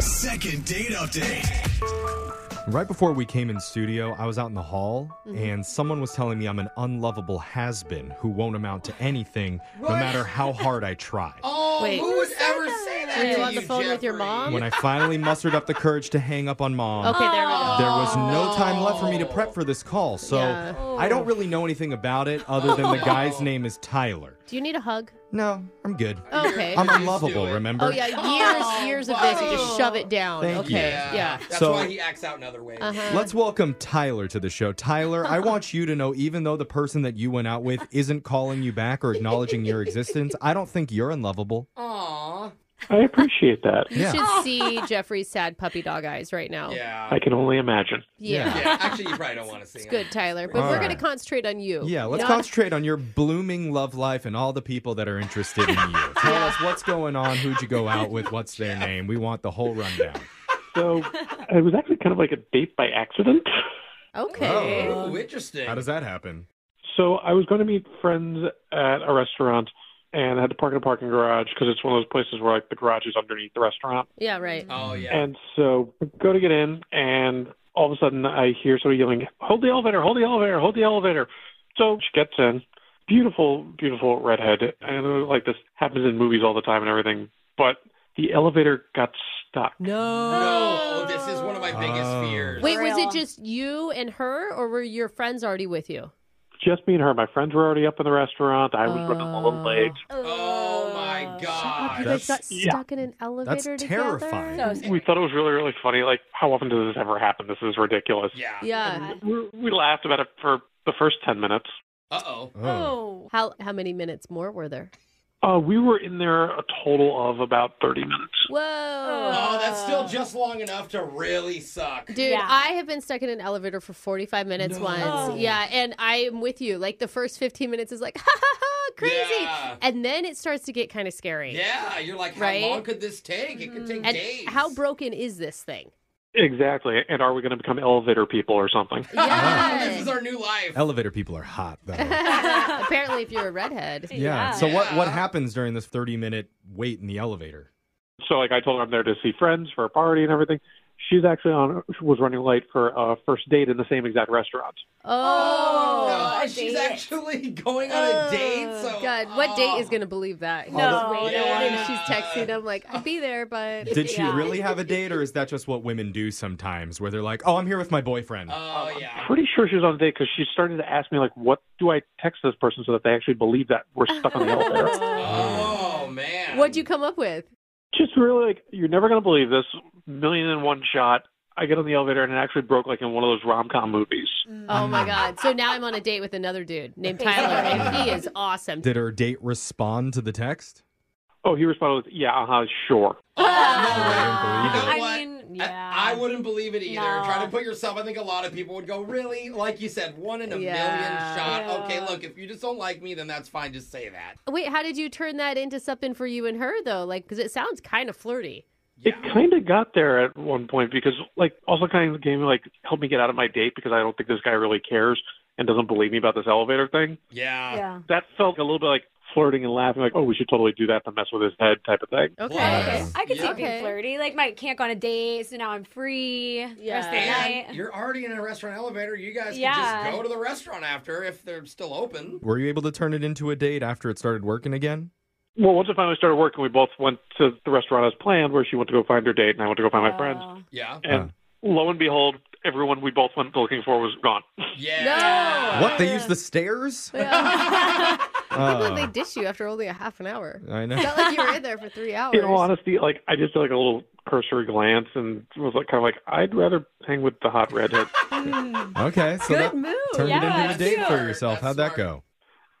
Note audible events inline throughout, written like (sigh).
Second date update. Right before we came in studio, I was out in the hall Mm-hmm. and someone was telling me I'm an unlovable has been who won't amount to anything no matter how hard I (laughs) try. Oh, Wait. who would ever say that? Were you to on the phone with your Jeffrey? mom? When I finally mustered up the courage to hang up on mom, Okay, there we go. there was no time left for me to prep for this call. So Yeah. Oh. I don't really know anything about it other than the guy's name is Tyler. Do you need a hug? No, I'm good. Okay. I'm Please do unlovable, it. remember? Oh yeah, years, years of this. You just shove it down. Thank you. okay. Yeah. Yeah. Uh-huh. That's So- why he acts out in other ways. Let's welcome Tyler to the show. Tyler, I want you to know even though the person that you went out with isn't calling you back or acknowledging your existence, I don't think you're unlovable. Aw. I appreciate that. You Yeah. should see Jeffrey's sad puppy dog eyes right now. Yeah. I can only imagine. Yeah. (laughs) yeah. Actually, you probably don't want to see It's him. good, Tyler. But All we're right. gonna concentrate on you. Yeah, let's Not- concentrate on your blooming love life and all the people that are interested in you. Tell us what's going on, who'd you go out with, what's their name. We want the whole rundown. So it was actually kind of like a date by accident. Okay. Oh, Ooh, interesting. How does that happen? So I was going to meet friends at a restaurant and I had to park in a parking garage because it's one of those places where like the garage is underneath the restaurant. Yeah. Right. Oh, yeah. And so I go to get in and all of a sudden I hear somebody yelling, "Hold the elevator! Hold the elevator! Hold the elevator!" So she gets in. Beautiful, beautiful redhead. I know like this happens in movies all the time and everything, but the elevator got stuck. no, Oh, this is one of my biggest Oh. fears. Wait, was it just you and her, or were your friends already with you? just me and her. My friends were already up in the restaurant. I was running a Oh. little late. Oh, my You God. guys got That's- yeah. stuck in an That's elevator together. terrifying. We thought it was really, really funny. Like, how often does this ever happen? This is ridiculous. Yeah. Yeah. We, we laughed about it for the first 10 minutes. Uh oh. Oh. How how many minutes more were there? Uh, we were in there a total of about 30 minutes. Whoa. Oh, that's still just long enough to really suck. Dude, I have been stuck in an elevator for 45 minutes No. once. Oh. Yeah, and I am with you. Like the first 15 minutes is like, (laughs) ha ha ha, crazy. Yeah. And then it starts to get kind of scary. Yeah, you're like, how Right? long could this take? It could take And days. how broken is (laughs) this thing? Exactly. And are we going to become elevator people or something? this is our new life. Elevator people are hot, though. Yeah. (laughs) Apparently, if you're a redhead. So, what, what Yeah. happens during this 30 minute wait in the elevator? So, like, I told her I'm there to see friends for a party and everything. She's actually on, was running late for a first date in the same exact restaurant. Oh, Uh, she's actually (laughs) going on a date. So oh. God. What date is going to believe that? He's No. waiting Yeah. and she's texting him, like, I'd be there, but. Did (laughs) she really have a date, or is that just what women do sometimes where they're like, oh, I'm here with my boyfriend? Oh yeah. pretty sure she was on a date because she started to ask me like, "What do I text this person so that they actually believe that we're stuck on (laughs) the elevator?" Oh man. What'd you come up with? Just really like, you're never gonna believe this. Million in one shot. I get on the elevator and it actually broke like in one of those rom com movies. Oh my God. So now I'm on a date with another dude named Tyler, and he is awesome. Did her date respond to the text? Oh, he responded with, "Yeah, uh-huh, sure." (laughs) Oh, I no didn't way. believe You know it. what? Ah. I mean, yeah. I, I wouldn't believe it either. No. Try to put yourself. I think a lot of people would go, really, like you said, one in a Yeah. million shot. Okay, look, if you just don't like me, then that's fine. Just say that. Wait, how did you turn that into something for you and her though? Like, because it sounds kind of flirty. It kind of got there at one point because like also kind of gave me like help me get out of my date because I don't think this guy really cares and doesn't believe me about this elevator thing. Yeah. Yeah. That felt a little bit like flirting and laughing like, "Oh, we should totally do that to mess with his head" type of thing. Okay. Yes. Uh, I could see Yeah. it being flirty. Like, my can't go on a date, so now I'm free. Yeah. Yeah. Rest of the And night. you're already in a restaurant elevator. You guys can Yeah. just go to the restaurant after if they're still open. Were you able to turn it into a date after it started working again? Well, once I finally started working, we both went to the restaurant as planned, where she went to go find her date, and I went to go Oh. find my friends. Yeah. And lo and behold, everyone we both went looking for was gone. Yeah. What? They use the (laughs) stairs? Can't believe Oh, they dish you after only a half (laughs) an hour. I know. Felt like you were in there for three hours. In all honesty, like I just did like a little cursory glance and was like kind of like I'd rather hang with the hot (laughs) redhead. Okay, so that turned Yeah, it into a date for smart. yourself. That's How'd that smart. go?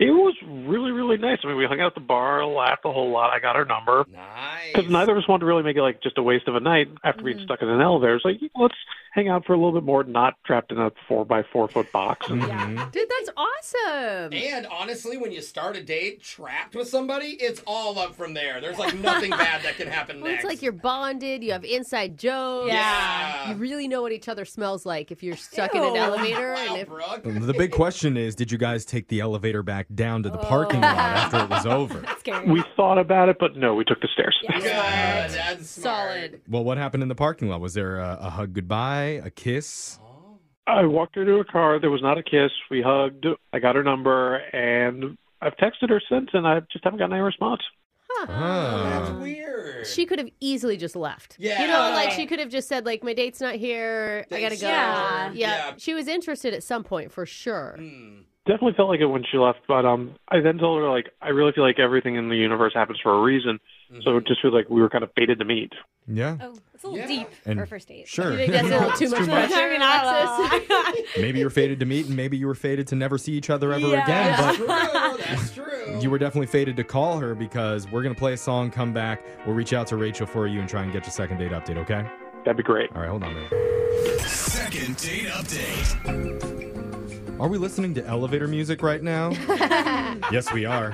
it was really really nice. I mean, we hung out at the bar, laughed a whole lot. I got her number (laughs) Nice. because neither of us wanted to really make it like just a waste of a night after being stuck in an elevator. It's like let's hang out for a little bit more, not trapped in a four by four foot box. And Mm-hmm. Dude, that's awesome. And honestly, when you start a date trapped with somebody, it's all up from there. There's (laughs) like nothing bad that can happen Well, next. it's like you're bonded. You have inside jokes. Yeah. You really know what each other smells like if you're stuck in an Ew. elevator. wow, (laughs) and if, Brooke. The big question is, did you guys take the elevator back back down to the parking lot after it was over. Scary. We thought about it, but no, we took the stairs. Yeah. Good. (laughs) That's smart. Solid. Well, what happened in the parking lot? Was there a, a hug goodbye, a kiss? I walked her to her car. There was not a kiss. We hugged. I got her number, and I've texted her since, and I just haven't gotten any response. That's Ah. weird. She could have easily just left. Yeah. You know, like Right. she could have just said, like, my date's not here. I gotta Date's go. Yeah. not here. Yeah. She was interested at some point for sure. Hmm. Definitely felt like it when she left, but um, I then told her like I really feel like everything in the universe happens for a reason. So it just feels like we were kind of fated to meet. Yeah. Oh, it's a little Yeah. deep And- for a first date. Sure. (laughs) You think that's (laughs) a little too It's much pressure, I mean, I Alexis? Maybe you were fated to meet, and maybe you were fated to never see each other ever Yeah. again. That's But true. That's true. you were definitely fated to call her because we're going to play a song, come back. We'll reach out to Rachel for you and try and get your second date update, okay? That'd be great. All right, hold on a minute. Second date update. Are we listening to elevator music right now? yes, we are.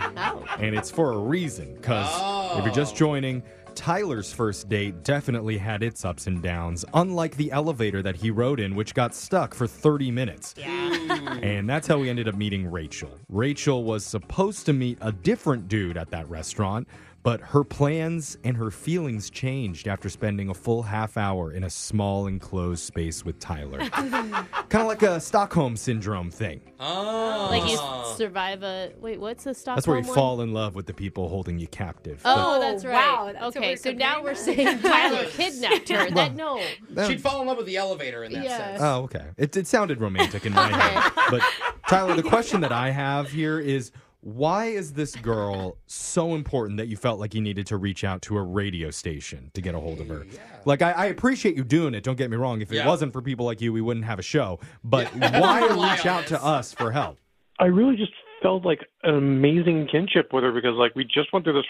And it's for a reason because if you're just joining, Tyler's first date definitely had its ups and downs, unlike the elevator that he rode in, which got stuck for 30 minutes. And that's how we ended up meeting Rachel. Rachel was supposed to meet a different dude at that restaurant, but her plans and her feelings changed after spending a full half hour in a small enclosed space with Tyler. kind of like a Stockholm syndrome thing. Oh. Like you survive a wait, what's the stop? That's where you fall in love with the people holding you captive. Oh, Oh, that's right. wow, that's what okay, we're so now comparing we're (laughs) that. saying Tyler kidnapped her. That no. But- She'd fall in love with the elevator in that Yeah. sense. Oh, okay. It, it sounded romantic in (laughs) my head. But Tyler, the (laughs) question that I have here is why is this girl so important that you felt like you needed to reach out to a radio station to get a hold of her? Like, I, I appreciate you doing it. Don't get me wrong. If it Yeah. wasn't for people like you, we wouldn't have a show. But (laughs) why Rely reach on out this. to us for help? I really just felt like an amazing kinship with her because like we just went through this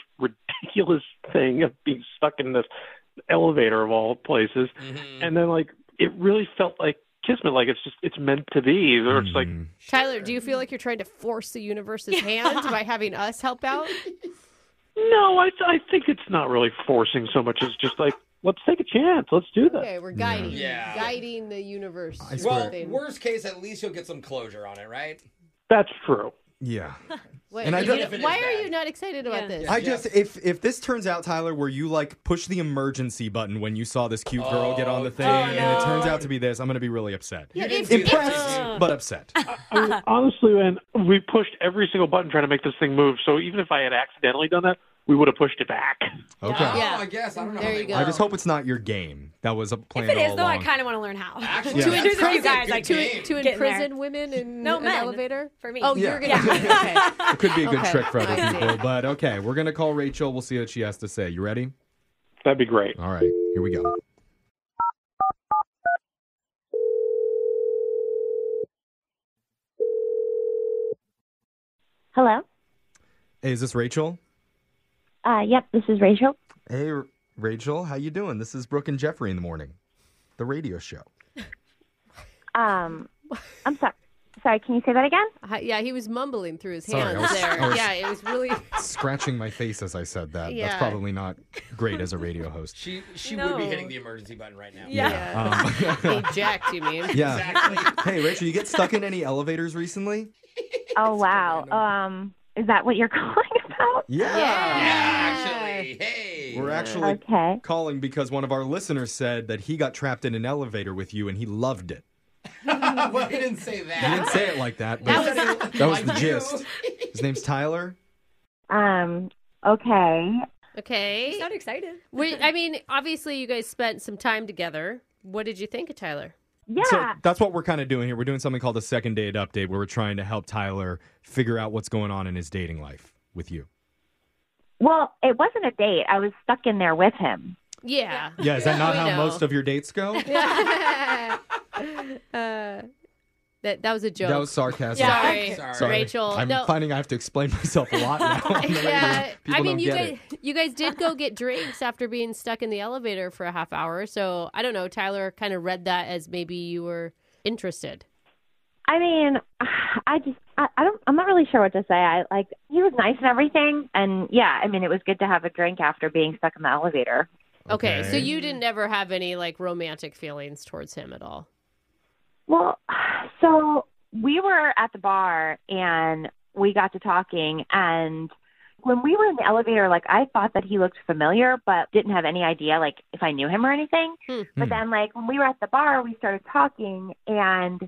ridiculous thing of being stuck in this elevator of all places, and then like it really felt like kismet. Like it's just it's meant to be. Or it's like Mm. Tyler, do you feel like you're trying to force the universe's hand by having us help (laughs) out? no, I I think it's not really forcing so much as just like let's take a chance. Let's do this. Okay, we're guiding Yeah. guiding the universe. or Well, something. worst case, at least you'll get some closure on it, right? That's true. Yeah. Wait, and I you don't- don't- If it is why are bad. you not excited about Yeah. this? I just if if this turns out, Tyler, where you like push the emergency button when you saw this cute girl get on the Oh, thing, and it turns out to be this, I'm gonna be really upset. You didn't do that, did you? Impressed, but upset. I mean, honestly, man, we pushed every single button trying to make this thing move. So even if I had accidentally done that, we would have pushed it back. Okay. Oh, Yeah. I guess. I don't know. There how you they go. I just hope it's not your game. That was a plan If it all is, though, I along. kind of want to learn how. Actually, To yeah. There's a few That's guys good I game. could to Getting there. imprison women in No, an men. elevator For me. Oh, Yeah. you're gonna. (laughs) (laughs) okay. it could be a good Okay. trick for other I see. people. But okay, we're gonna call Rachel. We'll see what she has to say. You ready? That'd be great. All right, here we go. Hello. Hey, is this Rachel? Uh, yep, this is Rachel. Hey, R- Rachel, how you doing? This is Brooke and Jeffrey in the morning, the radio show. Um, I'm sorry. Sorry, can you say that again? Hi- Uh, Yeah, he was mumbling through his Sorry, I hands was- there. I was- Yeah, it was (laughs) really. Scratching my face as I said that. That's Yeah. probably not great as a radio host. She she would be No. hitting the emergency button right now. Yeah. Yeah. Um, (laughs) Eject, you mean? yeah. Exactly. Hey, Rachel, you get stuck in any elevators recently? Oh wow. Um, is that what you're (laughs) calling about? Yeah. Yeah, Yeah. actually. Hey. (laughs) We're actually Okay. calling because one of our listeners said that he got trapped in an elevator with you and he loved it. well, he didn't say that. He didn't say it like that, That but was- that was (laughs) I the do. gist. His name's Tyler. Um. Okay. Okay. You sound excited. Wait, I mean, obviously, you guys spent some time together. What did you think of Tyler? Yeah. So that's what we're kind of doing here. We're doing something called a second date update where we're trying to help Tyler figure out what's going on in his dating life with you. well, it wasn't a date. I was stuck in there with him. Yeah. Yeah, is that not We how know. most of your dates go? (laughs) uh, that that was a joke. That was sarcasm. Sorry. Sorry. Sorry. Rachel. I'm no. finding I have to explain myself a lot (laughs) now. on the yeah, radio. People I mean, don't you get guys, it. you guys did go get drinks after being stuck in the elevator for a half hour. So I don't know. Tyler kind of read that as maybe you were interested. I mean, (sighs) I just, I, I don't, I'm not really sure what to say. I like, he was nice and everything, and yeah, I mean, it was good to have a drink after being stuck in the elevator. Okay, so Okay. you didn't ever have any like romantic feelings towards him at all. (sighs) Well, so we were at the bar and we got to talking and when we were in the elevator, like I thought that he looked familiar, but didn't have any idea, like if I knew him or anything. Hmm. But then, like when we were at the bar, we started talking and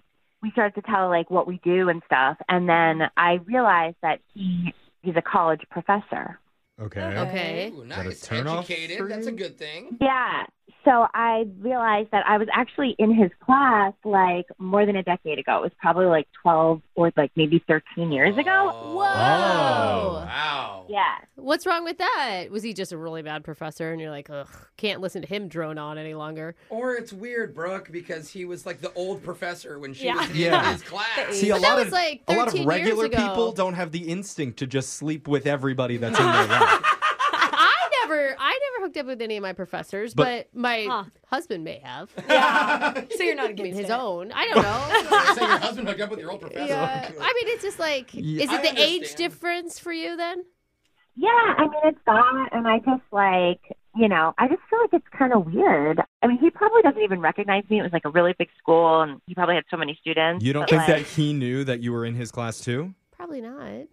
we started to tell like what we do and stuff. And then I realized that he he's a college professor. Okay. Okay. Ooh, that a nice. turn off Educated. for That's a you? good thing. Yeah. So I realized that I was actually in his class like more than a decade ago. It was probably like twelve or like maybe thirteen years ago. Oh, Whoa. Wow. Yeah. What's wrong with that? Was he just a really bad professor and you're like, ugh, can't listen to him drone on any longer? Or it's weird, Brooke, because he was like the old professor when she Yeah. was in Yeah. his class. (laughs) See, a But that lot was, of like, a lot of 13 years regular ago. people don't have the instinct to just sleep with everybody that's in their (laughs) life. I never I never hooked up with any of my professors, But- but, my Huh. husband may have. So you're not I mean against his it. own. I (laughs) don't know. Say your husband hooked up with your old professor. yeah. I mean it's just like Yeah. is I it the age understand. difference for you then? Yeah, I mean it's that, and I just like you know, I just feel like it's kind of weird. I mean, he probably doesn't even recognize me. It was like a really big school, and he probably had so many students. You don't but, think like, that he knew that you were in his class too? Probably not.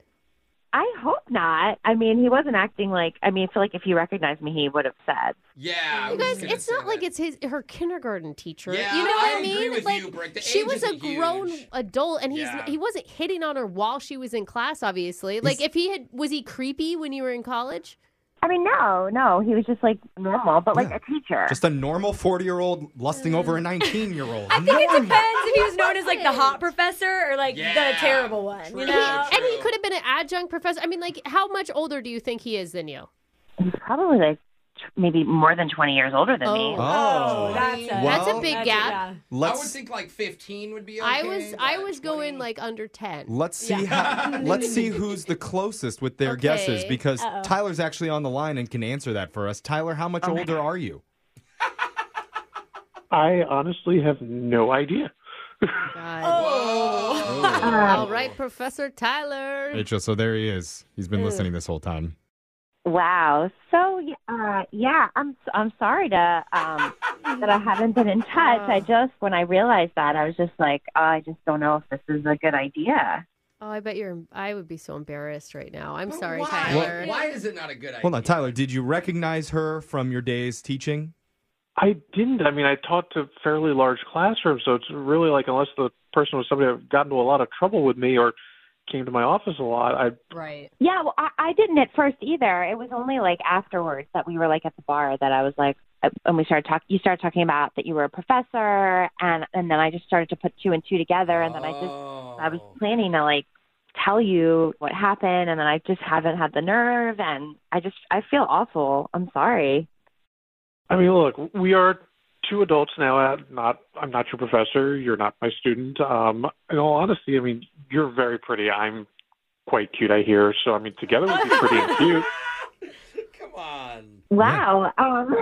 I hope not. I mean, he wasn't acting like. I mean, I feel like if he recognized me, he would have said. Yeah. I was You just guys, gonna it's say not like that. it's his her kindergarten teacher. Yeah, you know what I I mean? agree with like you, Brick. The she age was a isn't grown huge. adult, and he's Yeah. he wasn't hitting on her while she was in class. Obviously, like if he had was he creepy when you were in college? I mean, no, no, he was just like normal, but like Yeah. a teacher. Just a normal 40 year old lusting over a Mm. 19 year (laughs) old. I think it depends if he was known as like the (laughs) hot professor or like Yeah. the terrible one. True. You He- know? and he True. could have been an adjunct professor. I mean, like how much older do you think he is than you? He's probably like tw- maybe more than twenty years older than me. Oh. that's a, That's a big that's gap. yeah. I would think like 15 would be okay. I was I but 20 was going like under ten. Let's see (laughs) how, let's see who's the closest with their Okay. guesses because Uh-oh. Tyler's actually on the line and can answer that for us. Tyler, how much older are you? I honestly have no idea. God. Whoa. All right, Professor Tyler. Rachel, so there he is. He's Mm. been listening this whole time. Wow. So uh, yeah, I'm I'm sorry to (laughs) um, that I haven't been in touch. I just when I realized that I was just like, oh, I just don't know if this is a good idea. Oh, I bet you're. I would be so embarrassed right now. I'm But sorry, why? Tyler. Why is it not a good idea? Hold on, Tyler, did you recognize her from your days teaching? I didn't. I mean, I taught to fairly large classrooms, so it's really like unless the person was somebody that got into a lot of trouble with me or came to my office a lot, I Right. Yeah, well, I, I didn't at first either. It was only like afterwards that we were like at the bar that I was like, uh, and we started talking. You started talking about that you were a professor, and and then I just started to put two and two together, and then I just I was Oh. planning to like tell you what happened, and then I just haven't had the nerve, and I just I feel awful. I'm sorry. I mean, look, we are two adults now. I'm not, I'm not your professor. You're not my student. Um, in all honesty, I mean, you're very pretty. I'm quite cute, I hear. So, I mean, together we'd be pretty and cute. Come on. Wow. Um,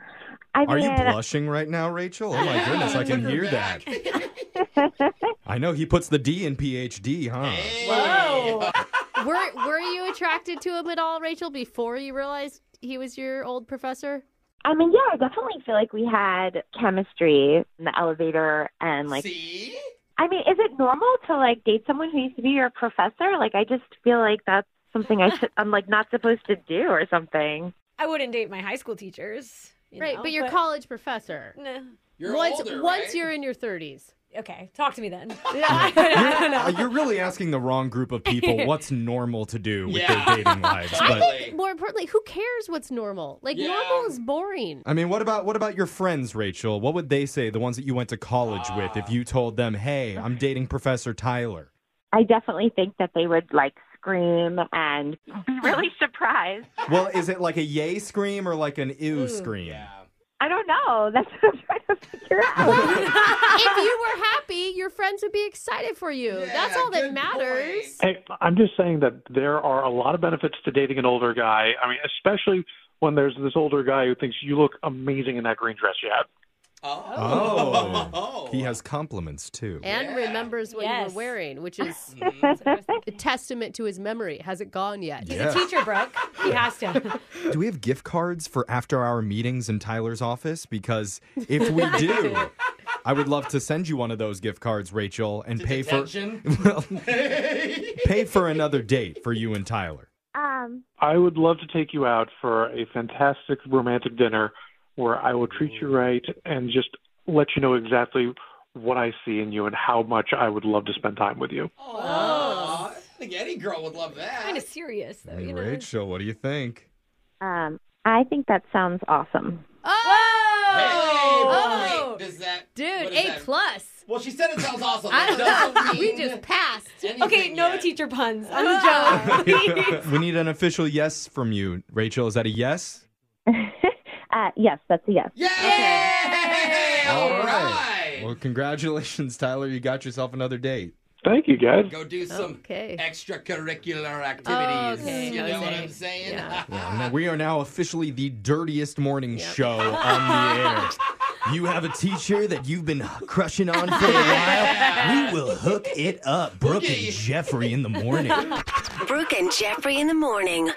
(laughs) I Are you mean, blushing right now, Rachel? Oh my goodness, I can Took her hear that. back. (laughs) I know he puts the D in PhD, huh? Hey. Whoa. were Were you attracted to him at all, Rachel? Before you realized he was your old professor? I mean, yeah, I definitely feel like we had chemistry in the elevator, and like, See? I mean, is it normal to like date someone who used to be your professor? Like, I just feel like that's something I should, I'm like not supposed to do or something. I wouldn't date my high school teachers. you right, know, but your college professor. Nah. You're once older, once right? you're in your 30s. Okay, talk to me then. (laughs) You're, uh, you're really asking the wrong group of people what's normal to do with Yeah. their dating lives. (laughs) Totally. But More importantly, who cares what's normal? Like Yeah. normal is boring. I mean, what about what about your friends, Rachel? What would they say, the ones that you went to college with, if you told them, "Hey, I'm dating Professor Tyler"? I definitely think that they would like scream and be really (laughs) surprised. Well, is it like a yay scream or like an ew scream? yeah. I (laughs) don't know. That's what I'm trying to figure out. (laughs) if you were happy, your friends would be excited for you. Yeah, That's all that good matters. Hey, I'm just saying that there are a lot of benefits to dating an older guy. I mean, especially when there's this older guy who thinks you look amazing in that green dress you have. Oh. (laughs) Oh. He has compliments too. And Yeah. remembers what you Yes. were wearing, which is a testament to his memory. It Hasn't gone yet. Yeah. Teacher Brooke, he has to. Do we have (laughs) gift cards for after-hour meetings in Tyler's office? Because if we do, I would love to send you one of those gift cards, Rachel, and pay for Detention? (laughs) (laughs) well, pay for another date for you and Tyler. Um, I would love to take you out for a fantastic romantic dinner where I will treat you right and just let you know exactly what I see in you and how much I would love to spend time with you. Aw, I think any girl would love that. Kind of serious, though, Hey, you know. Rachel, what do you (laughs) think? um, I think that sounds awesome. (laughs) Hey, Oh, wait, does that, dude, what is A that- plus. Well, she said it sounds awesome. I That don't know. (laughs) doesn't we mean just passed. (laughs) anything Okay, no yet. teacher puns on the job. we need an official yes from you, Rachel. Is that a yes? Uh, yes, that's a yes. Yay! All right. Well, congratulations, Tyler. You got yourself another date. Thank you, guys. Go do some Okay. extracurricular activities. Okay, you know what Jose. I'm saying? Yeah. Yeah, and we are now officially the dirtiest morning show on the air. You have a teacher that you've been crushing on for a while. We will hook it up, Brooke and Jeffrey in the morning. Brooke and Jeffrey in the morning.